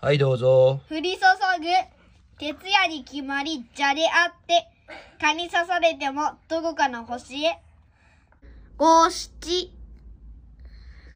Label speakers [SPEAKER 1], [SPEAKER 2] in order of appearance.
[SPEAKER 1] はい、どうぞ。
[SPEAKER 2] 降り注ぐ徹夜に決まりじゃれあって蚊に刺されてもどこかの星へ五七